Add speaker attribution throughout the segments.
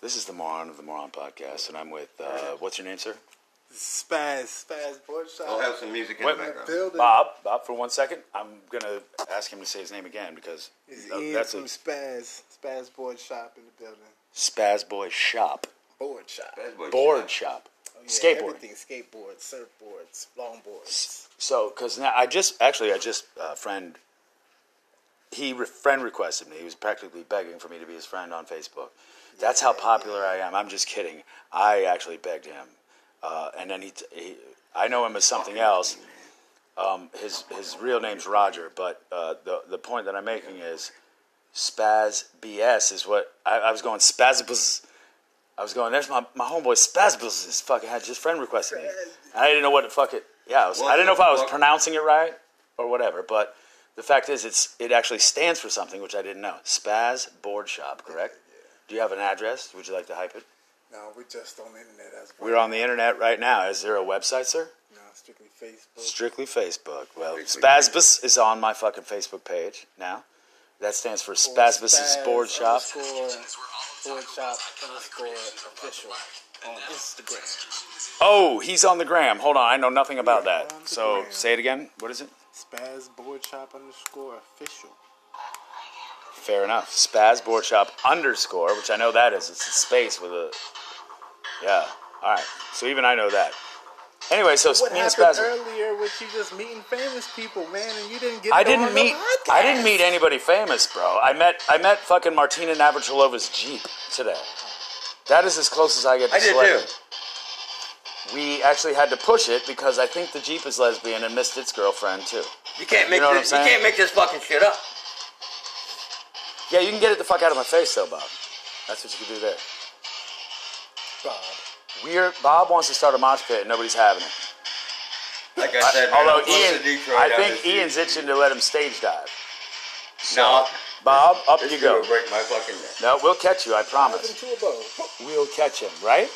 Speaker 1: This is the Moron of the Moron podcast, and I'm with, uh, what's your name, sir?
Speaker 2: Spaz, Spaz Borchard.
Speaker 3: We'll have some music in
Speaker 1: Wait,
Speaker 3: the
Speaker 2: in the
Speaker 3: background.
Speaker 2: building.
Speaker 1: Bob. Bob, for one second. I'm going to ask him to say his name again because
Speaker 2: It's
Speaker 1: tha-
Speaker 2: Ian
Speaker 1: that's
Speaker 2: from
Speaker 1: a
Speaker 2: Spaz, Spaz Board Shop in the building.
Speaker 1: Spaz Boy shop.
Speaker 2: Board Shop.
Speaker 3: Bad boy
Speaker 1: Board
Speaker 3: shit.
Speaker 1: shop.
Speaker 2: Oh, yeah,
Speaker 1: Skateboard.
Speaker 2: Everything, skateboards, surfboards, longboards.
Speaker 1: So, because now I just actually I just uh, friend. He re- friend requested me. He was practically begging for me to be his friend on Facebook. That's how popular I am. I'm just kidding. I actually begged him, uh, and then he, t- he. I know him as something else. Um, his his real name's Roger, but uh, the the point that I'm making is, Spaz BS is what I, I was going Spazbus. I was going. There's my my homeboy Spazbus. Is fucking had just friend requested me. I didn't know what to fuck it. Yeah, I, was, I didn't know if I was pronouncing it right or whatever. But the fact is, it's it actually stands for something which I didn't know. Spaz Board Shop, correct? Do you have an address? Would you like to hype it?
Speaker 2: No, we're just on the internet as well.
Speaker 1: We're on the internet right now. Is there a website, sir?
Speaker 2: No, strictly Facebook.
Speaker 1: Strictly Facebook. Well,
Speaker 3: Strictly
Speaker 1: Spazbus is on my fucking Facebook page now. That stands for Spazbus's
Speaker 2: Spaz
Speaker 1: Board Shop.
Speaker 2: Underscore, board Shop underscore official on Instagram.
Speaker 1: Oh, he's on the gram. Hold on, I know nothing about
Speaker 2: Yeah, on
Speaker 1: that.
Speaker 2: the
Speaker 1: So
Speaker 2: gram.
Speaker 1: say it again. What is it?
Speaker 2: Spaz Board Shop underscore official.
Speaker 1: Fair enough. Spaz Board Shop underscore, which I know that is. It's a space with a. Yeah. All right. So even I know that. Anyway, so
Speaker 2: What
Speaker 1: me and
Speaker 2: happened
Speaker 1: Spaz.
Speaker 2: earlier with you just meeting famous people, man, and you didn't get
Speaker 1: I
Speaker 2: it
Speaker 1: didn't
Speaker 2: on the
Speaker 1: meet.
Speaker 2: podcast?
Speaker 1: I didn't meet anybody famous, bro. I met. I met fucking Martina Navratilova's Jeep today. That is as close as I get to
Speaker 3: I did
Speaker 1: celebrity.
Speaker 3: too.
Speaker 1: We actually had to push it because I think the Jeep is lesbian and missed its girlfriend too.
Speaker 3: You can't make
Speaker 1: You know what
Speaker 3: this. You
Speaker 1: I'm saying?
Speaker 3: can't make this fucking shit up.
Speaker 1: Yeah, you can get it the fuck out of my face though, Bob. That's what you can do there.
Speaker 2: Bob.
Speaker 1: We're Bob wants to start a mosh pit and nobody's having it.
Speaker 3: Like I said, man,
Speaker 1: Although
Speaker 3: I'm close
Speaker 1: Ian,
Speaker 3: to Detroit,
Speaker 1: I
Speaker 3: I'm
Speaker 1: think
Speaker 3: just-
Speaker 1: Ian's itching to let him stage dive.
Speaker 3: No,
Speaker 1: Bob, up
Speaker 3: this
Speaker 1: you
Speaker 3: dude
Speaker 1: go.
Speaker 3: will break my fucking neck.
Speaker 1: No, we'll catch you. I
Speaker 2: Welcome
Speaker 1: promise.
Speaker 2: to a bow.
Speaker 1: We'll catch him, right?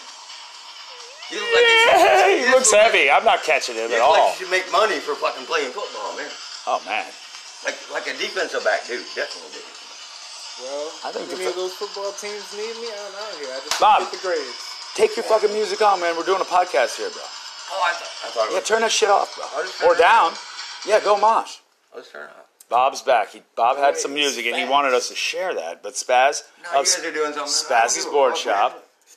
Speaker 3: You look like you-
Speaker 1: he
Speaker 3: you
Speaker 1: looks
Speaker 3: look-
Speaker 1: heavy. I'm not catching him at
Speaker 3: You look like
Speaker 1: all.
Speaker 3: you should make money for fucking playing football, man.
Speaker 1: Oh man,
Speaker 3: Like like a defensive back too, definitely.
Speaker 2: Well,
Speaker 1: I think
Speaker 2: any
Speaker 1: the-
Speaker 2: of those football teams need me, I'm out here. I just
Speaker 1: Bob.
Speaker 2: get the grades.
Speaker 1: take your fucking music on, man. We're doing a podcast here, bro.
Speaker 3: Oh, I thought I thought it
Speaker 1: Yeah,
Speaker 3: was.
Speaker 1: turn that shit off, bro. Or down. Yeah, go mosh.
Speaker 3: Let's turn it off.
Speaker 1: Bob's back. He, Bob had some music and he wanted us to share that, but Spaz,
Speaker 3: No,
Speaker 1: uh,
Speaker 3: you guys are doing something. I don't
Speaker 1: Spaz's
Speaker 3: give a
Speaker 1: board
Speaker 3: fuck, man.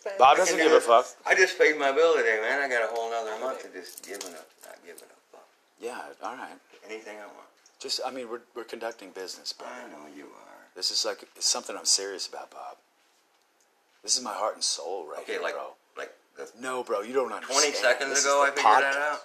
Speaker 1: shop. Bob doesn't give a fuck.
Speaker 3: I just paid my bill today, man. I got a whole nother month of just giving up, not giving up. fuck.
Speaker 1: Yeah, all right.
Speaker 3: Anything I want.
Speaker 1: Just, I mean, we're, we're conducting business, bro.
Speaker 3: I know you are.
Speaker 1: This is like it's something I'm serious about, Bob. This is my heart and soul right
Speaker 3: Okay,
Speaker 1: here,
Speaker 3: like
Speaker 1: bro.
Speaker 3: like the
Speaker 1: No, bro, you don't understand.
Speaker 3: 20 seconds
Speaker 1: This
Speaker 3: ago, I
Speaker 1: is the
Speaker 3: figured that
Speaker 1: podcast.
Speaker 3: out.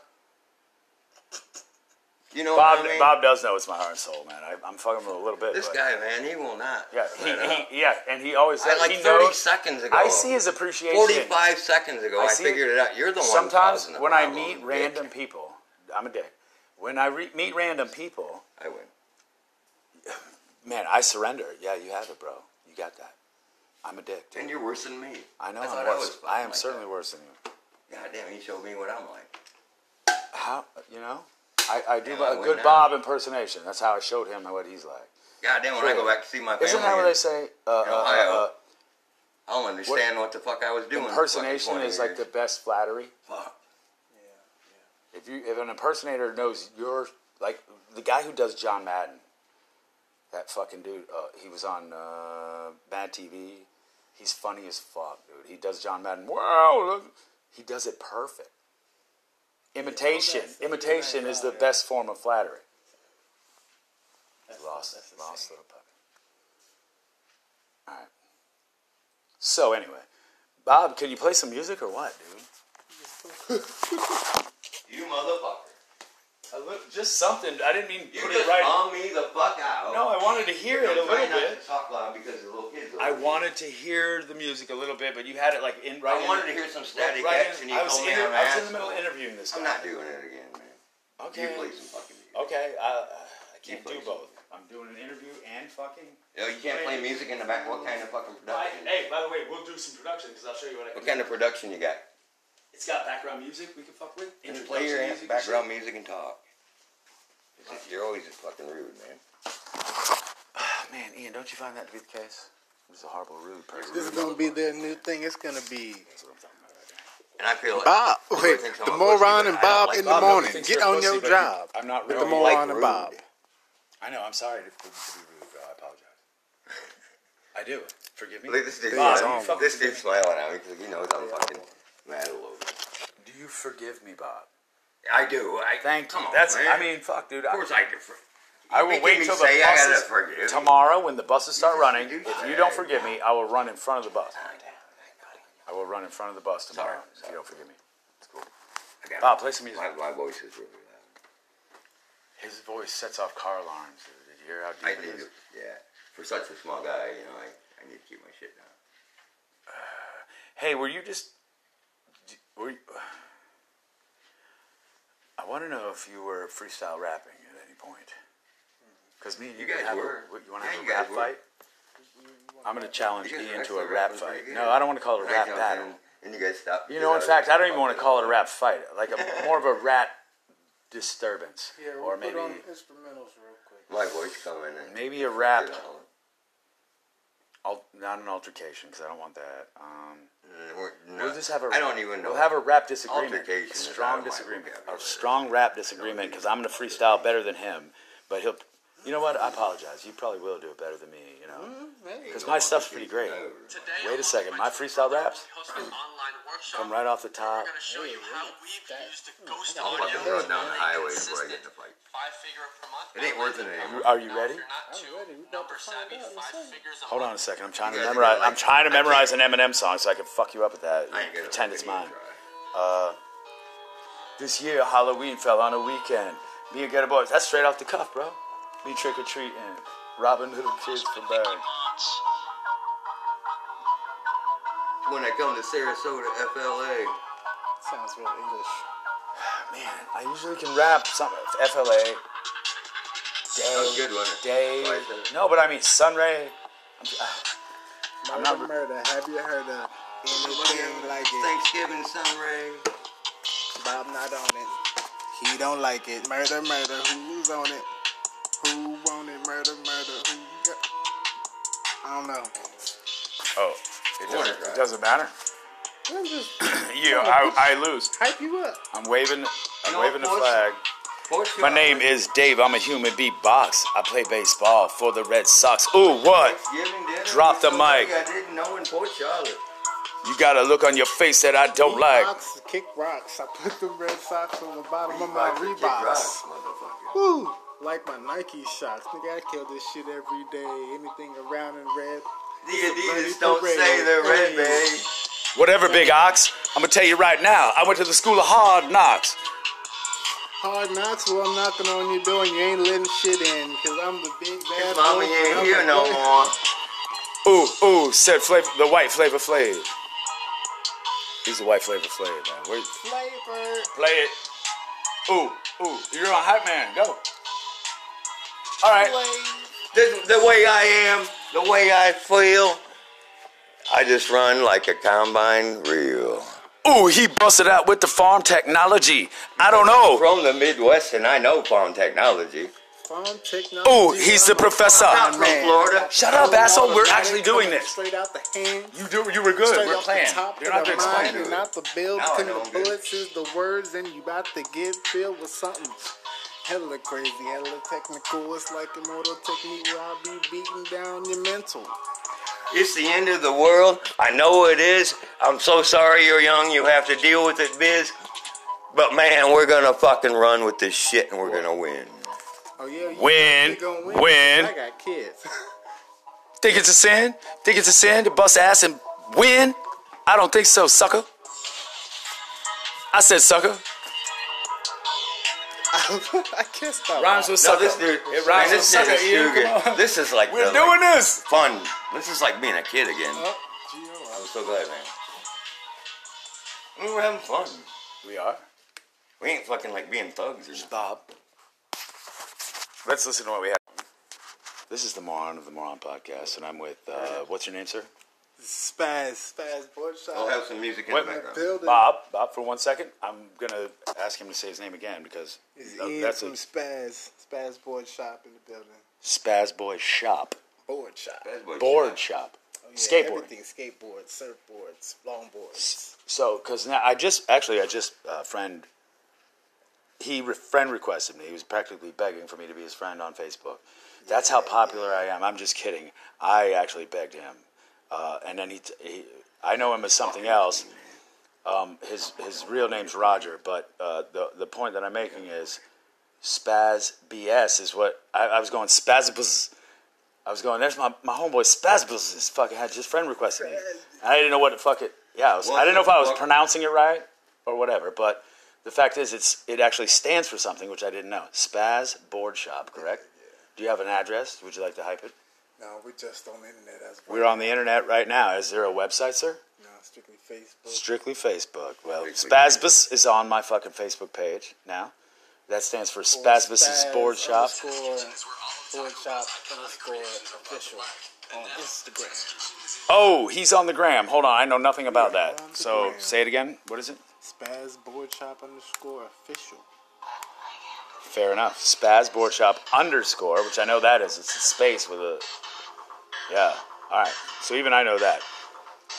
Speaker 3: You know
Speaker 1: Bob,
Speaker 3: what I mean?
Speaker 1: Bob does know it's my heart and soul, man. I, I'm fucking with a little bit.
Speaker 3: This
Speaker 1: but,
Speaker 3: guy, man, he will not.
Speaker 1: yeah,
Speaker 3: let up.
Speaker 1: he, he, yeah, and he always
Speaker 3: I, like
Speaker 1: he
Speaker 3: 30
Speaker 1: knows.
Speaker 3: seconds ago.
Speaker 1: I see his appreciation.
Speaker 3: 45 seconds ago,
Speaker 1: I
Speaker 3: I,
Speaker 1: see it.
Speaker 3: figured it out. You're the one.
Speaker 1: Sometimes
Speaker 3: causing the
Speaker 1: when I
Speaker 3: problem,
Speaker 1: meet
Speaker 3: bitch.
Speaker 1: random people, I'm a dick. When I re- meet random people,
Speaker 3: I win.
Speaker 1: man, I surrender. Yeah, you have it, bro. You got that. I'm a dick. Dude.
Speaker 3: And you're worse than me.
Speaker 1: I know
Speaker 3: I
Speaker 1: I
Speaker 3: thought
Speaker 1: am
Speaker 3: I
Speaker 1: worse.
Speaker 3: was
Speaker 1: I, am
Speaker 3: like
Speaker 1: certainly worse than you.
Speaker 3: God damn, he showed me what I'm like.
Speaker 1: How you know? I, I do
Speaker 3: Yeah,
Speaker 1: a
Speaker 3: why
Speaker 1: good
Speaker 3: not?
Speaker 1: Bob impersonation. That's how I showed him what he's like.
Speaker 3: God damn, when I go back to see my family,
Speaker 1: Isn't that what they say? Uh, uh,
Speaker 3: In Ohio, I don't understand what, the fuck I was
Speaker 1: uh,
Speaker 3: doing.
Speaker 1: impersonation is like the
Speaker 3: the.
Speaker 1: best flattery.
Speaker 3: Fuck.
Speaker 1: If you if an impersonator knows your like the guy who does John Madden, that fucking dude. Uh, he was on uh, Mad TV. He's funny as fuck, dude. He does John Madden. Wow, look. he does it perfect. Imitation, imitation is the best form of flattery. Lost, lost little puppy. All right. So anyway, Bob, can you play some music or what, dude?
Speaker 3: You motherfucker.
Speaker 1: I look, just something. I didn't mean
Speaker 3: You just bummed me the fuck out.
Speaker 1: No, I wanted to hear it a little
Speaker 3: I'm trying not
Speaker 1: bit.
Speaker 3: to talk loud because the little kids. are
Speaker 1: I
Speaker 3: over here.
Speaker 1: wanted to hear the music a little bit, but you had it like in right.
Speaker 3: I
Speaker 1: in,
Speaker 3: wanted to hear some static
Speaker 1: right in-
Speaker 3: action.
Speaker 1: I
Speaker 3: You
Speaker 1: was,
Speaker 3: told
Speaker 1: in,
Speaker 3: me
Speaker 1: the- I
Speaker 3: I'm
Speaker 1: was in
Speaker 3: asshole.
Speaker 1: the middle of interviewing this guy.
Speaker 3: I'm not doing it again, man.
Speaker 1: okay.
Speaker 3: You play some fucking music.
Speaker 1: Okay. I, uh, I can't do
Speaker 3: You please.
Speaker 1: both. I'm doing an interview and fucking.
Speaker 3: No, Oh, you can't play music in the back. What kind of fucking
Speaker 1: I,
Speaker 3: production?
Speaker 1: hey, by the way, we'll do some production because I'll show you what I can.
Speaker 3: What kind of production you got?
Speaker 1: It's got background music we can fuck with.
Speaker 3: Just play your
Speaker 1: Introduction music
Speaker 3: ass
Speaker 1: and
Speaker 3: background music and talk. You're always just fucking rude, man. Ah,
Speaker 1: shit. Man, Ian, don't you find that to be the case? He's a horrible, rude person.
Speaker 2: This is gonna be their new thing. It's gonna be
Speaker 1: That's what I'm talking about right there.
Speaker 3: And I feel like
Speaker 2: Bob. Wait,
Speaker 3: thinks I'm
Speaker 2: the
Speaker 3: a pussy,
Speaker 2: moron
Speaker 3: but
Speaker 2: and
Speaker 3: I don't
Speaker 2: Bob
Speaker 3: like
Speaker 2: in the
Speaker 3: Bob.
Speaker 2: morning.
Speaker 4: thinks
Speaker 2: Get
Speaker 4: you're a
Speaker 2: on
Speaker 4: pussy,
Speaker 2: your
Speaker 4: but you-
Speaker 2: job.
Speaker 1: I'm not
Speaker 2: With
Speaker 1: rude.
Speaker 2: the
Speaker 3: more- like
Speaker 2: moron and
Speaker 3: rude.
Speaker 2: Bob.
Speaker 1: I know. I'm sorry to, to be rude, bro. I apologize. I do. Forgive me.
Speaker 3: Look, this dude,
Speaker 1: Bob,
Speaker 3: smiling.
Speaker 1: you fuck-
Speaker 3: this dude's smiling at me because he knows I'm fucking mad all over.
Speaker 1: do you forgive me, Bob?
Speaker 3: I do. I,
Speaker 1: Thank
Speaker 3: come
Speaker 1: you.
Speaker 3: On,
Speaker 1: That's.
Speaker 3: man.
Speaker 1: I mean, fuck, dude.
Speaker 3: of
Speaker 1: I,
Speaker 3: course I do. For,
Speaker 1: I will
Speaker 3: making
Speaker 1: wait
Speaker 3: me
Speaker 1: till the
Speaker 3: say I gotta
Speaker 1: buses
Speaker 3: forgive.
Speaker 1: tomorrow when the buses start
Speaker 3: just
Speaker 1: running.
Speaker 3: do
Speaker 1: If
Speaker 3: that.
Speaker 1: you don't forgive me, I will run in front of the bus. I will run in front of the bus tomorrow
Speaker 3: Sorry,
Speaker 1: if
Speaker 3: sorry.
Speaker 1: you don't forgive me.
Speaker 3: I got-
Speaker 1: Bob, play some music.
Speaker 3: My, my voice is really loud.
Speaker 1: His voice sets off car alarms. Did you hear how
Speaker 3: I
Speaker 1: deep it
Speaker 3: need
Speaker 1: is?
Speaker 3: to, yeah. For such a small guy, you know, I, I need to keep my shit down.
Speaker 1: Hey, were you just? d- Were you, I want to know if you were freestyle rapping at any point. Because me, and you,
Speaker 3: You guys
Speaker 1: could have
Speaker 3: were.
Speaker 1: A, you want to
Speaker 3: Yeah,
Speaker 1: have a
Speaker 3: you guys
Speaker 1: rap
Speaker 3: were.
Speaker 1: fight? I'm going to challenge
Speaker 3: You guys were
Speaker 1: Ian to
Speaker 3: actually
Speaker 1: a rap
Speaker 3: rapping
Speaker 1: fight.
Speaker 3: pretty good.
Speaker 1: No, I don't want to call it a
Speaker 3: I
Speaker 1: rap
Speaker 3: jumped
Speaker 1: battle.
Speaker 3: in, And you guys stopped.
Speaker 1: You know, in
Speaker 3: because
Speaker 1: fact,
Speaker 3: was
Speaker 1: I don't even want to
Speaker 3: fucking-
Speaker 1: call it a rap fight. Like a more of a rat disturbance,
Speaker 2: Yeah, we'll
Speaker 1: or
Speaker 2: put
Speaker 1: maybe
Speaker 2: on instrumentals real quick.
Speaker 3: My voice coming in.
Speaker 1: maybe a rap,
Speaker 3: You know,
Speaker 1: al- not an altercation, because I don't want that. Um,
Speaker 3: and Mm, we're-
Speaker 1: We'll
Speaker 3: no,
Speaker 1: just have a.
Speaker 3: I don't even know.
Speaker 1: We'll have a rap disagreement.
Speaker 3: Altercation
Speaker 1: A
Speaker 3: is out
Speaker 1: strong
Speaker 3: of my
Speaker 1: disagreement. A
Speaker 3: vocabulary.
Speaker 1: strong rap disagreement because I'm gonna freestyle better than him, but he'll. You know what? I apologize. You probably will do it better than me. You know,
Speaker 3: Mm-hmm.
Speaker 2: Hey,
Speaker 1: because my stuff's pretty great.
Speaker 5: Today,
Speaker 1: Wait a
Speaker 5: along
Speaker 1: second,
Speaker 5: with
Speaker 1: my freestyle raps?
Speaker 5: host an online workshop.
Speaker 1: Come right off the top.
Speaker 5: We're going to show you how we've used ghost
Speaker 3: I'll
Speaker 5: audio
Speaker 3: fucking throw it down the highway before I
Speaker 5: consistent
Speaker 3: get in the fight.
Speaker 5: five figure per month.
Speaker 3: It ain't worth it
Speaker 5: Now,
Speaker 3: anymore.
Speaker 1: Are you
Speaker 5: if
Speaker 1: ready?
Speaker 5: you're not
Speaker 2: I'm
Speaker 5: too
Speaker 2: ready. We about
Speaker 5: number
Speaker 2: to find
Speaker 5: savvy,
Speaker 2: out in a
Speaker 5: five
Speaker 2: second.
Speaker 5: figures a
Speaker 1: Hold on a
Speaker 5: month.
Speaker 1: second. I'm trying to
Speaker 3: You guys are
Speaker 1: memorize.
Speaker 3: gonna
Speaker 1: I'm
Speaker 3: like-
Speaker 1: trying to
Speaker 3: I can't-
Speaker 1: memorize an Eminem song so I can fuck you up with that.
Speaker 3: I ain't gonna
Speaker 1: Pretend it's
Speaker 3: fucking
Speaker 1: mine.
Speaker 3: try.
Speaker 1: This year, Halloween fell on a weekend. Me and Ghetto Boys. That's straight off the cuff, bro. Me trick or treating, robbing little kids from bags.
Speaker 3: When I come to Sarasota, FLA.
Speaker 2: sounds real English.
Speaker 1: Man, I usually can rap something. FLA. Day.
Speaker 3: was good, wasn't it?
Speaker 1: Day.
Speaker 3: Like that.
Speaker 1: No, but I mean Sunray. I'm, j- ah, I'm
Speaker 2: Murder,
Speaker 1: not-
Speaker 2: murder. Have you heard of anything like it?
Speaker 3: Thanksgiving sunray.
Speaker 2: Bob not on it. He don't like it. Murder, murder. Who's on it? Who want it? Murder, murder. Who got? I don't know.
Speaker 1: oh, it
Speaker 3: Wanna
Speaker 1: doesn't,
Speaker 3: try.
Speaker 1: it doesn't matter.
Speaker 2: I'm just
Speaker 1: You, I, I lose.
Speaker 2: hype you up.
Speaker 1: I'm waving. I'm
Speaker 3: No,
Speaker 1: waving the
Speaker 3: no, it's-
Speaker 1: flag. My name is Dave. I'm a human beatbox. I play baseball for the Red Sox. Ooh, what? Drop the mic.
Speaker 3: I didn't know in Port Charlotte.
Speaker 1: You got a look on your face that I don't like.
Speaker 2: Rocks, kick rocks. I put the red socks on the bottom of my
Speaker 3: Reebok and Kick
Speaker 2: Reeboks.
Speaker 3: Rocks, motherfucker.
Speaker 2: Woo! Like my Nike shots. Nigga, I kill this shit every day. Anything around in red.
Speaker 3: The
Speaker 2: Bloody
Speaker 3: Adidas don't
Speaker 2: parade.
Speaker 3: say they're red,
Speaker 2: Hey.
Speaker 3: babe.
Speaker 1: Whatever, Big Ox. I'm gonna tell you right now. I went to the school of hard knocks.
Speaker 2: Hard knocks, well, I'm knocking on your door and you ain't letting shit in. Cause I'm the big bad
Speaker 3: His mama
Speaker 2: wolf and
Speaker 3: ain't
Speaker 2: I'm
Speaker 3: here
Speaker 2: the
Speaker 3: no
Speaker 2: big-
Speaker 1: Ooh,
Speaker 3: more.
Speaker 1: ooh, said flavor, the white flavor flavor. He's the white flavor flavor, man. Where,
Speaker 2: Flavor.
Speaker 1: play it. Ooh, ooh, you're on Hype Man, go. All right.
Speaker 2: Flavor.
Speaker 3: This, the way I am, the way I feel. I just run like a combine reel.
Speaker 1: Ooh, he busted out with the farm technology. I don't know.
Speaker 3: From the Midwest, and I know farm technology.
Speaker 2: Farm technology.
Speaker 1: Ooh, he's the
Speaker 2: I'm a
Speaker 1: professor.
Speaker 2: farm
Speaker 3: From
Speaker 2: man.
Speaker 3: Florida.
Speaker 1: Shut up, asshole. We're actually doing
Speaker 2: Coming
Speaker 1: this.
Speaker 2: Straight out the hand.
Speaker 1: You do. You were good.
Speaker 2: Straight
Speaker 1: We're
Speaker 2: off
Speaker 1: playing.
Speaker 2: the top
Speaker 1: You're
Speaker 2: of
Speaker 1: not
Speaker 2: the
Speaker 1: gonna explain
Speaker 2: mind
Speaker 1: it.
Speaker 2: and out the building.
Speaker 3: Now I know
Speaker 2: the
Speaker 3: I'm good.
Speaker 2: bullets is the words, and you about to get filled with something hella crazy, hella technical. It's like immortal technique where I'll be beating down your mental.
Speaker 3: It's the end of the world. I know it is. I'm so sorry you're young. You have to deal with it, biz. But man, we're gonna fucking run with this shit, and we're gonna win.
Speaker 2: Oh yeah, you
Speaker 1: Win,
Speaker 2: you gonna
Speaker 1: win.
Speaker 2: I got kids.
Speaker 1: Think it's a sin? Think it's a sin to bust ass and win? I don't think so, sucker. I said sucker.
Speaker 2: I can't stop.
Speaker 1: Rhymes with
Speaker 3: No,
Speaker 1: sucker.
Speaker 3: this dude,
Speaker 1: It rhymes
Speaker 3: man,
Speaker 1: with
Speaker 3: this, shit
Speaker 1: sucker.
Speaker 3: is too
Speaker 1: Ian, come
Speaker 3: good.
Speaker 1: on.
Speaker 3: this is like
Speaker 1: We're
Speaker 3: the, like,
Speaker 1: doing this.
Speaker 3: fun. This is like being a kid again.
Speaker 2: Oh,
Speaker 3: I'm
Speaker 2: G.O.
Speaker 3: so glad, man. I mean, we're having fun.
Speaker 1: We are.
Speaker 3: We ain't fucking like being thugs or nothing.
Speaker 1: Bob. Let's listen to what we have. This is the Moron of the Moron podcast, and I'm with, uh, what's your name, sir?
Speaker 2: Spaz, spaz, board shot.
Speaker 1: Oh,
Speaker 3: We'll have some music in
Speaker 1: Wait,
Speaker 3: the background.
Speaker 2: building
Speaker 1: Bob. Bob, for one second. I'm going to ask him to say his name again because
Speaker 2: is
Speaker 1: uh,
Speaker 2: in
Speaker 1: that's a
Speaker 2: from Spaz, Spaz board shop in the building.
Speaker 1: Spaz Boy shop.
Speaker 2: Board shop.
Speaker 3: That's what-
Speaker 1: Board shop.
Speaker 2: Oh Yeah,
Speaker 1: skateboarding.
Speaker 2: Everything skateboards, surfboards, longboards.
Speaker 1: So, because now I just actually I just uh, friend. He re- friend requested me. He was practically begging for me to be his friend on Facebook. That's how popular I am. I'm just kidding. I actually begged him, uh, and then he, t- he. I know him as something else. Um, his his real name's Roger, but uh, the the point that I'm making is, Spaz BS is what I, I was going. Spazbus. I was going. There's my my homeboy Spazbus. Is fucking had just friend requested me. And I didn't know what to fuck it. Yeah, I, was, I didn't know if I was pronouncing it right or whatever. But the fact is, it's it actually stands for something which I didn't know. Spaz Board Shop, correct? Do you have an address? Would you like to hype it?
Speaker 2: No, we're just on the internet. That's why.
Speaker 1: We're on the internet right now. Is there a website, sir?
Speaker 2: No, strictly Facebook.
Speaker 1: Strictly Facebook. Well, Spazbus is on my fucking Facebook page now. That stands for Spazbus'
Speaker 2: Spaz
Speaker 1: Board Shop.
Speaker 2: Underscore, board shop underscore official on Instagram.
Speaker 1: Oh, he's on the gram. Hold on, I know nothing about that. So say it again. What is it?
Speaker 2: Spaz board shop underscore official.
Speaker 1: Fair enough. Spaz Board Shop underscore, which I know that is. It's a space with a. Yeah. All right. So even I know that.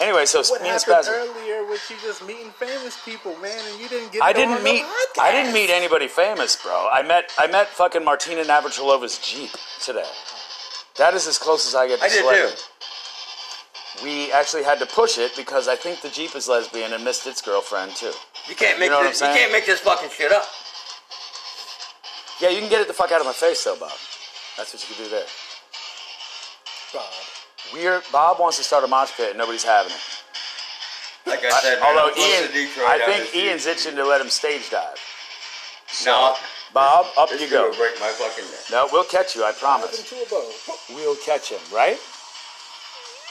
Speaker 1: Anyway, so
Speaker 2: What
Speaker 1: me and
Speaker 2: happened
Speaker 1: Spaz.
Speaker 2: earlier with you just meeting famous people, man, and you didn't get
Speaker 1: I
Speaker 2: it
Speaker 1: didn't
Speaker 2: on the
Speaker 1: meet.
Speaker 2: podcast?
Speaker 1: I didn't meet anybody famous, bro. I met. I met fucking Martina Navratilova's jeep today. That is as close as I get to
Speaker 3: I did
Speaker 1: celebrity.
Speaker 3: too.
Speaker 1: We actually had to push it because I think the jeep is lesbian and missed its girlfriend too.
Speaker 3: You can't make
Speaker 1: know what
Speaker 3: this. You
Speaker 1: I'm saying?
Speaker 3: can't make this fucking shit up.
Speaker 1: Yeah, you can get it the fuck out of my face though, Bob. That's what you can do there.
Speaker 2: Bob.
Speaker 1: We're Bob wants to start a mosh pit and nobody's having it.
Speaker 3: Like I said, man,
Speaker 1: Although
Speaker 3: I'm close
Speaker 1: Ian,
Speaker 3: to Detroit,
Speaker 1: I
Speaker 3: I'm
Speaker 1: think
Speaker 3: just-
Speaker 1: Ian's itching to let him stage dive.
Speaker 3: No,
Speaker 1: Bob, up
Speaker 3: this
Speaker 1: you
Speaker 3: dude
Speaker 1: go.
Speaker 3: will break my fucking neck.
Speaker 1: No, we'll catch you. I promise.
Speaker 2: Happened to a bow.
Speaker 1: We'll catch him, right?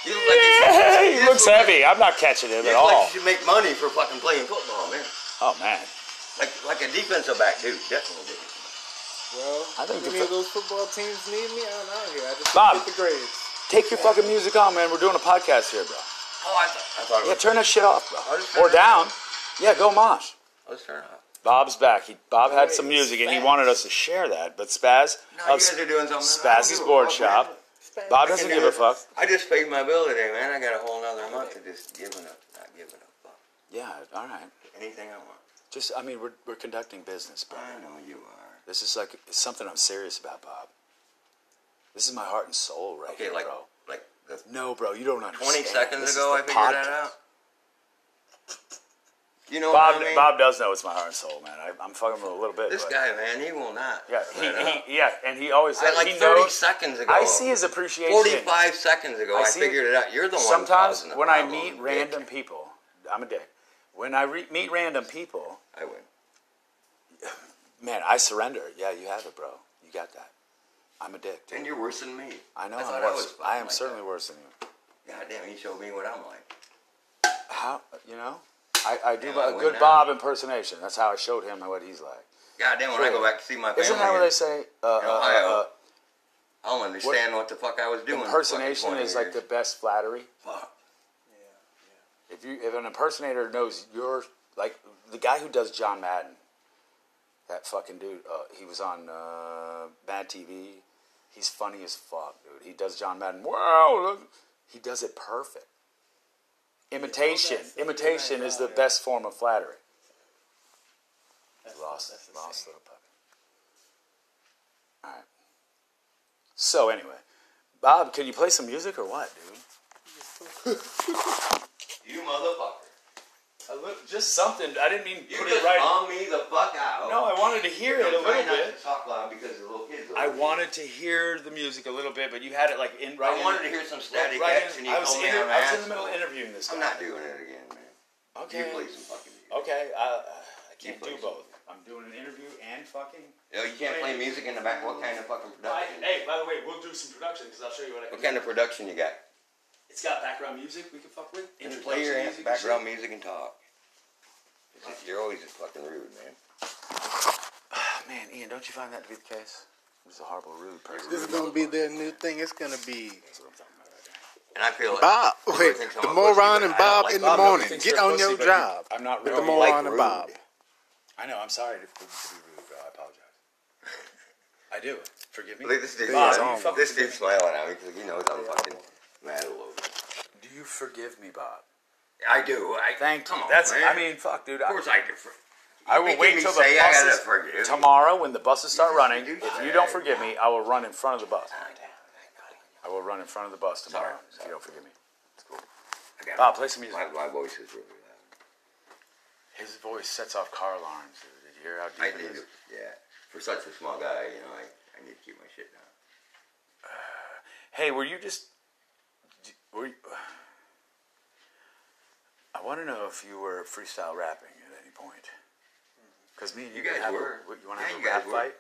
Speaker 3: You look like you-
Speaker 1: Hey, he
Speaker 3: This
Speaker 1: looks
Speaker 3: will-
Speaker 1: heavy. I'm not catching him
Speaker 3: you
Speaker 1: at
Speaker 3: look like
Speaker 1: all.
Speaker 3: you should make money for fucking playing football, man.
Speaker 1: Oh man,
Speaker 3: Like like a defensive back, dude. Definitely.
Speaker 2: Well,
Speaker 1: I think
Speaker 2: any
Speaker 1: the-
Speaker 2: of those football teams need me, I'm out here. I just
Speaker 1: Bob.
Speaker 2: Bob. get the grades.
Speaker 1: take your fucking music on, man. We're doing a podcast here, bro.
Speaker 3: Oh, I thought. I thought it
Speaker 1: Yeah,
Speaker 3: was.
Speaker 1: turn that shit off,
Speaker 3: I'll just
Speaker 1: bro. Or
Speaker 3: turn it
Speaker 1: down. Yeah, go mosh.
Speaker 3: Let's turn it off.
Speaker 1: Bob's back. He, Bob had some
Speaker 2: Wait,
Speaker 1: music and he
Speaker 2: Spaz.
Speaker 1: wanted us to share that, but Spaz
Speaker 3: No,
Speaker 1: of
Speaker 3: you guys are doing something. I don't
Speaker 1: Spaz's
Speaker 3: give a
Speaker 1: board
Speaker 3: fuck,
Speaker 1: shop.
Speaker 3: man.
Speaker 1: Bob
Speaker 3: I can
Speaker 1: doesn't
Speaker 3: do
Speaker 1: give a
Speaker 3: it.
Speaker 1: fuck.
Speaker 3: I just paid my bill today, man. I got a whole nother month of just giving up, not giving a fuck.
Speaker 1: Yeah, all right.
Speaker 3: Anything I want.
Speaker 1: Just I mean, we're we're conducting business, bro.
Speaker 3: I know you are.
Speaker 1: This is like it's something I'm serious about, Bob. This is my heart and soul right
Speaker 3: Okay,
Speaker 1: here,
Speaker 3: like
Speaker 1: bro.
Speaker 3: like the
Speaker 1: No, bro, you don't understand.
Speaker 3: 20
Speaker 1: This
Speaker 3: seconds
Speaker 1: is
Speaker 3: ago, I
Speaker 1: the
Speaker 3: figured
Speaker 1: podcast.
Speaker 3: that out. You know
Speaker 1: Bob,
Speaker 3: what I mean?
Speaker 1: Bob does know it's my heart and soul, man. I, I'm fucking with him a little bit.
Speaker 3: This
Speaker 1: but-
Speaker 3: guy, man, he will not.
Speaker 1: Yeah,
Speaker 3: let up.
Speaker 1: he, he, yeah, and he always
Speaker 3: I,
Speaker 1: does.
Speaker 3: like
Speaker 1: he
Speaker 3: 30
Speaker 1: knows.
Speaker 3: seconds ago.
Speaker 1: I see his appreciation.
Speaker 3: 45 seconds ago, I,
Speaker 1: see-
Speaker 3: figured it out. You're the one.
Speaker 1: Sometimes
Speaker 3: causing the
Speaker 1: when I
Speaker 3: problem,
Speaker 1: meet
Speaker 3: dick.
Speaker 1: random people, I'm a dick. When I re- meet random people,
Speaker 3: I win.
Speaker 1: man, I surrender. Yeah, you have it, bro. You got that. I'm a dick. Dude.
Speaker 3: And you're worse than me.
Speaker 1: I know
Speaker 3: I
Speaker 1: I'm
Speaker 3: thought I was
Speaker 1: worse.
Speaker 3: fucking
Speaker 1: I am
Speaker 3: like
Speaker 1: certainly worse than you.
Speaker 3: God damn, you showed me what I'm like.
Speaker 1: How you know? I, I do
Speaker 3: Yeah, I
Speaker 1: a
Speaker 3: would
Speaker 1: good
Speaker 3: not.
Speaker 1: Bob impersonation. That's how I showed him what he's like.
Speaker 3: God damn, when I go back to see my family,
Speaker 1: Isn't that what they say? Uh, uh, uh,
Speaker 3: Ohio, I don't understand what, the fuck I was
Speaker 1: uh,
Speaker 3: doing. for fucking
Speaker 1: impersonation
Speaker 3: 20
Speaker 1: is like the
Speaker 3: years.
Speaker 1: best flattery.
Speaker 3: Fuck.
Speaker 1: If you if an impersonator knows you're like the guy who does John Madden, that fucking dude. Uh, he was on uh, Mad TV. He's funny as fuck, dude. He does John Madden. Wow, look. he does it perfect. Imitation, imitation is the best form of flattery. lost, lost little puppy. All right. So anyway, Bob, can you play some music or what, dude?
Speaker 3: You motherfucker.
Speaker 1: A little, just something. I didn't mean
Speaker 3: You
Speaker 1: put
Speaker 3: just
Speaker 1: it right.
Speaker 3: bum me the fuck out.
Speaker 1: No, I wanted to hear it a
Speaker 3: I'm
Speaker 1: little
Speaker 3: trying not
Speaker 1: bit.
Speaker 3: to talk loud because the little kids. are-
Speaker 1: I wanted to hear the music a little bit, but you had it like in right.
Speaker 3: I
Speaker 1: in-
Speaker 3: wanted to hear some static
Speaker 1: right
Speaker 3: X,
Speaker 1: in-
Speaker 3: and you
Speaker 1: I was,
Speaker 3: told me
Speaker 1: in,
Speaker 3: I'm
Speaker 1: I was
Speaker 3: an
Speaker 1: in the middle of
Speaker 3: asshole.
Speaker 1: interviewing this.
Speaker 3: I'm
Speaker 1: guy.
Speaker 3: not doing it again, man.
Speaker 1: Okay.
Speaker 3: You play some fucking music.
Speaker 1: Okay. I, I
Speaker 3: You
Speaker 1: can't do
Speaker 3: play some.
Speaker 1: both. I'm doing an interview and fucking.
Speaker 3: No, you can't play music in the back. What kind of fucking
Speaker 1: I,
Speaker 3: production?
Speaker 1: hey, by the way, we'll do some production because I'll show you what I can.
Speaker 3: What kind of production you got?
Speaker 1: It's got background music we can fuck with.
Speaker 3: Just play your
Speaker 1: introduction music and
Speaker 3: ass background music and talk. It's just- You're always just fucking rude, man.
Speaker 1: shit. Ah, Man, Ian, don't you find that to be the case? I'm just a horrible, rude person.
Speaker 2: This is gonna be their new thing. It's gonna be
Speaker 1: That's what I'm talking about right there.
Speaker 3: And I feel like
Speaker 2: Bob. Wait,
Speaker 3: thinks
Speaker 2: the
Speaker 3: I'm a pussy,
Speaker 2: moron
Speaker 3: but
Speaker 2: and
Speaker 3: I don't
Speaker 2: Bob
Speaker 3: like
Speaker 2: in the
Speaker 3: Bob.
Speaker 1: Nobody
Speaker 2: morning.
Speaker 1: thinks
Speaker 2: Get
Speaker 1: you're a
Speaker 2: on
Speaker 1: pussy,
Speaker 2: your
Speaker 1: but
Speaker 2: job.
Speaker 1: I'm not
Speaker 2: With
Speaker 1: rude.
Speaker 2: the
Speaker 1: Like
Speaker 2: moron
Speaker 3: rude.
Speaker 2: and Bob.
Speaker 1: I know. I'm sorry to, to be rude, bro. I apologize. I do. Forgive me.
Speaker 3: Look, this dude,
Speaker 1: Bob,
Speaker 2: Yeah,
Speaker 1: you fucking
Speaker 3: this dude's smiling at me because he knows I'm fucking mad all over.
Speaker 1: you forgive me, Bob?
Speaker 3: I do. I,
Speaker 1: Thank you.
Speaker 3: come on,
Speaker 1: That's.
Speaker 3: man.
Speaker 1: I mean, fuck, dude.
Speaker 3: of course I do.
Speaker 1: I will wait till the
Speaker 3: say I gotta
Speaker 1: buses
Speaker 3: forgive.
Speaker 1: tomorrow when the buses start
Speaker 3: just
Speaker 1: running.
Speaker 3: do
Speaker 1: If
Speaker 3: that.
Speaker 1: you don't forgive me, I will run in front of the bus. I will run in front of the bus tomorrow
Speaker 3: Sorry,
Speaker 1: if you don't forgive me.
Speaker 3: I gotta-
Speaker 1: Bob, play some music.
Speaker 3: My, my voice is really loud.
Speaker 1: His voice sets off car alarms. dude. Did you hear how
Speaker 3: I
Speaker 1: deep it
Speaker 3: do.
Speaker 1: is?
Speaker 3: Yeah. For such a small guy, you know, I, I need to keep my shit down.
Speaker 1: Hey, were you just? d- Were you, I want to know if you were freestyle rapping at any point. Because me and you,
Speaker 3: Mm-hmm. You
Speaker 1: could
Speaker 3: guys
Speaker 1: have
Speaker 3: were.
Speaker 1: A, what, you want to
Speaker 3: Yeah,
Speaker 1: have a
Speaker 3: you guys
Speaker 1: rap
Speaker 3: were.
Speaker 1: fight?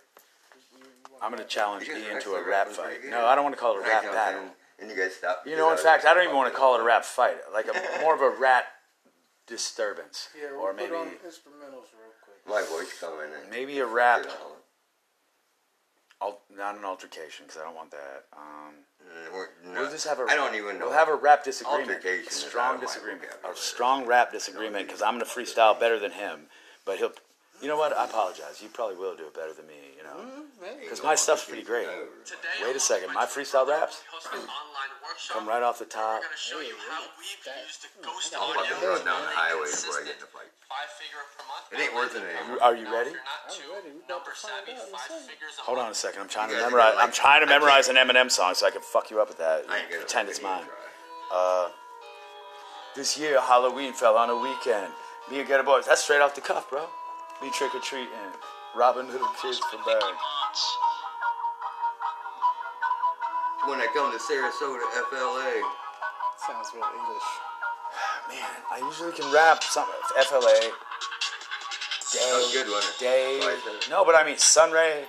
Speaker 1: I'm going to challenge
Speaker 3: You guys
Speaker 1: Ian to
Speaker 3: actually
Speaker 1: a
Speaker 3: rap
Speaker 1: rap
Speaker 3: was
Speaker 1: fight.
Speaker 3: pretty good.
Speaker 1: No, I don't want to call it a
Speaker 3: Right,
Speaker 1: rap
Speaker 3: you know,
Speaker 1: battle.
Speaker 3: And, and you guys stop.
Speaker 1: You know, in fact, I don't even want to call it a rap fight. Like a more of a rap disturbance,
Speaker 2: Yeah, we'll
Speaker 1: or
Speaker 2: put
Speaker 1: maybe
Speaker 2: on instrumentals real quick.
Speaker 3: My voice coming in.
Speaker 1: maybe a rap,
Speaker 3: You know,
Speaker 1: al- not an altercation, because I don't want that. Um,
Speaker 3: and we're
Speaker 1: we'll
Speaker 3: not-
Speaker 1: just have a.
Speaker 3: I don't even know.
Speaker 1: We'll have a rap disagreement.
Speaker 3: Altercation is out
Speaker 1: Strong
Speaker 3: of my
Speaker 1: disagreement. A
Speaker 3: vocabulary.
Speaker 1: strong rap disagreement, because I'm gonna freestyle better than him, but he'll. You know what? I apologize. You probably will do it better than me. You
Speaker 3: Mm-hmm.
Speaker 2: Mm,
Speaker 1: know, because my stuff's pretty great.
Speaker 5: Today,
Speaker 1: Wait a
Speaker 5: along
Speaker 1: second,
Speaker 5: with
Speaker 1: my freestyle
Speaker 5: team,
Speaker 1: raps?
Speaker 5: we host an online workshop.
Speaker 1: Come right off the top.
Speaker 5: We're going to show you how we've
Speaker 4: that-
Speaker 5: used ghost
Speaker 4: I'll
Speaker 5: audio.
Speaker 3: fucking throw it down the
Speaker 5: to
Speaker 3: highway
Speaker 5: make
Speaker 3: before I get in a
Speaker 5: Oh, consistent
Speaker 3: fight.
Speaker 5: Five figure per month.
Speaker 3: It ain't worth it
Speaker 5: Now,
Speaker 3: anymore.
Speaker 1: Are you
Speaker 5: if
Speaker 1: ready?
Speaker 5: you're not
Speaker 4: I'm
Speaker 5: too
Speaker 4: ready. We about
Speaker 5: number
Speaker 4: to find out
Speaker 5: savvy,
Speaker 4: in a
Speaker 5: five
Speaker 4: second.
Speaker 5: figers a
Speaker 1: Hold on a
Speaker 5: month.
Speaker 1: second. I'm trying to
Speaker 3: You guys are
Speaker 1: memorize.
Speaker 3: like-
Speaker 1: I'm trying to
Speaker 3: I can't-
Speaker 1: memorize an Eminem song so I can fuck you up with that.
Speaker 3: I ain't gonna
Speaker 1: Pretend it's
Speaker 3: fucking
Speaker 1: mine.
Speaker 3: try.
Speaker 1: This year, Halloween fell on a weekend. Me and Ghetto Boys, that's straight off the cuff, bro. Me trick or treating, robbing little kids from bags.
Speaker 3: When I come to Sarasota, FLA.
Speaker 2: Sounds real English.
Speaker 1: Man, I usually can rap something. FLA.
Speaker 3: was
Speaker 1: Day.
Speaker 3: good, wasn't it?
Speaker 1: Day.
Speaker 3: Sorry, sir.
Speaker 1: No, but I mean Sunray.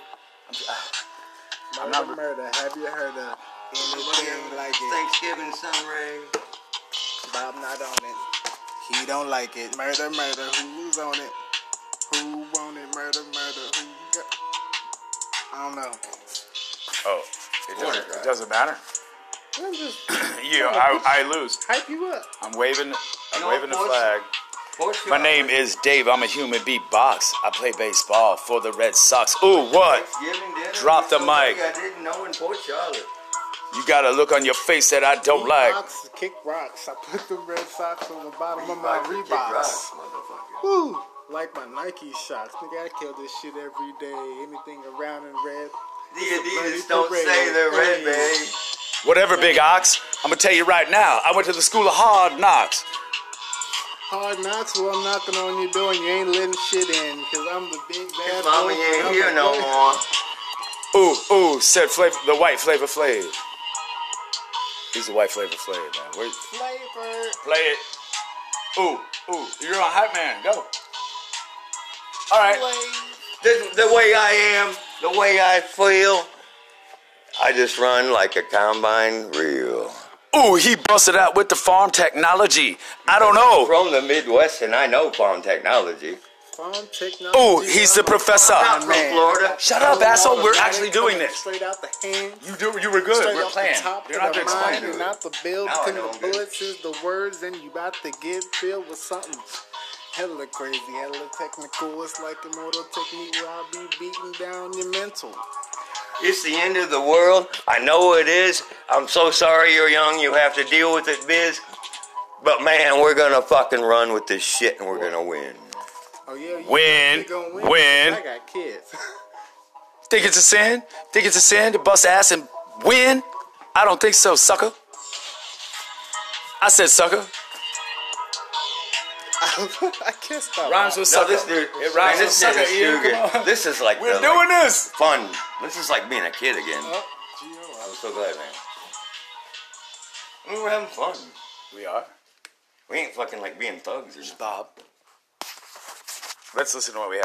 Speaker 1: I'm
Speaker 2: Murder,
Speaker 1: not-
Speaker 2: murder. Have you heard of anything like it?
Speaker 3: Thanksgiving sunray.
Speaker 2: Bob not on it. He don't like it. Murder, murder. Who's on it? Who want it? Murder, murder. Who got? I don't know.
Speaker 1: Oh, it
Speaker 3: Water
Speaker 1: doesn't,
Speaker 3: drive.
Speaker 1: it doesn't matter.
Speaker 2: I'm just
Speaker 1: You, I, I lose.
Speaker 2: hype you up.
Speaker 1: I'm waving. I'm
Speaker 3: No,
Speaker 1: waving the
Speaker 3: boys.
Speaker 1: flag. My name is Dave. I'm a human beatbox. I play baseball for the Red Sox. Ooh, what? Drop the mic.
Speaker 3: I didn't know in Port Charlotte.
Speaker 1: You got a look on your face that I don't like.
Speaker 2: Rocks, kick rocks. I put the red socks on the bottom of my
Speaker 3: Rocks and kick
Speaker 2: Reeboks.
Speaker 3: rocks, motherfucker.
Speaker 2: Woo! Like my Nike shots. Nigga, I kill this shit every day. Anything around in red.
Speaker 3: The
Speaker 2: bloody
Speaker 3: Adidas don't
Speaker 2: parade.
Speaker 3: say they're red,
Speaker 2: Hey.
Speaker 3: babe.
Speaker 1: Whatever, Big Ox. I'm gonna tell you right now. I went to the school of hard knocks.
Speaker 2: Hard knocks, well, I'm knocking on your door and you ain't letting shit in. Cause I'm the big bad
Speaker 3: His
Speaker 2: wolf,
Speaker 3: mama
Speaker 2: and
Speaker 3: ain't
Speaker 2: I'm
Speaker 3: here
Speaker 2: a
Speaker 3: no
Speaker 2: big-
Speaker 3: more.
Speaker 1: Ooh, ooh, said flavor, the white flavor flavor. He's the white flavor flavor, man. Where,
Speaker 2: Flavor.
Speaker 1: play it. Ooh, ooh, you're on Hype Man. Go. All right.
Speaker 3: The, the way I am, the way I feel, I just run like a combine reel.
Speaker 1: Ooh, he busted out with the farm technology. I don't know.
Speaker 3: From the Midwest, and I know farm technology.
Speaker 2: Farm technology.
Speaker 1: Ooh, he's the
Speaker 2: I'm a
Speaker 1: professor.
Speaker 3: Not from
Speaker 2: man.
Speaker 3: Florida.
Speaker 1: Shut up, asshole. We're actually doing
Speaker 2: Coming
Speaker 1: this.
Speaker 2: Straight out the hand.
Speaker 1: You do. You were good.
Speaker 2: Straight
Speaker 1: We're
Speaker 2: off
Speaker 1: playing.
Speaker 2: The top
Speaker 1: You're
Speaker 2: of
Speaker 1: not
Speaker 2: the
Speaker 1: gonna explain.
Speaker 2: mind and not the build.
Speaker 3: Now I
Speaker 2: Cause
Speaker 3: know
Speaker 2: the
Speaker 3: I'm good.
Speaker 2: bullets is the words, and you about to get filled with something. Hella crazy, hella technical. It's like immortal technique where I'll be beating down your mental.
Speaker 3: It's the end of the world. I know it is. I'm so sorry you're young. You have to deal with it, biz. But man, we're gonna fucking run with this shit, and we're gonna win.
Speaker 2: Oh yeah, you
Speaker 1: Win,
Speaker 2: you gonna
Speaker 1: win.
Speaker 2: I got kids.
Speaker 1: Think it's a sin? Think it's a sin to bust ass and win? I don't think so, sucker. I said sucker.
Speaker 2: I can't stop.
Speaker 1: Rhymes with
Speaker 3: No,
Speaker 1: sucker.
Speaker 3: this dude,
Speaker 1: it rhymes
Speaker 3: man,
Speaker 1: with
Speaker 3: this
Speaker 1: sucker.
Speaker 3: nigga's
Speaker 1: Ian,
Speaker 3: too
Speaker 1: come
Speaker 3: good.
Speaker 1: on.
Speaker 3: This is like
Speaker 1: We're
Speaker 3: the,
Speaker 1: doing
Speaker 3: like,
Speaker 1: this.
Speaker 3: fun. This is like being a kid again.
Speaker 2: Oh, Gio,
Speaker 3: I'm so glad, man. I mean, we're having fun.
Speaker 1: We are.
Speaker 3: We ain't fucking like being thugs or something.
Speaker 1: Bob. Let's listen to what we have.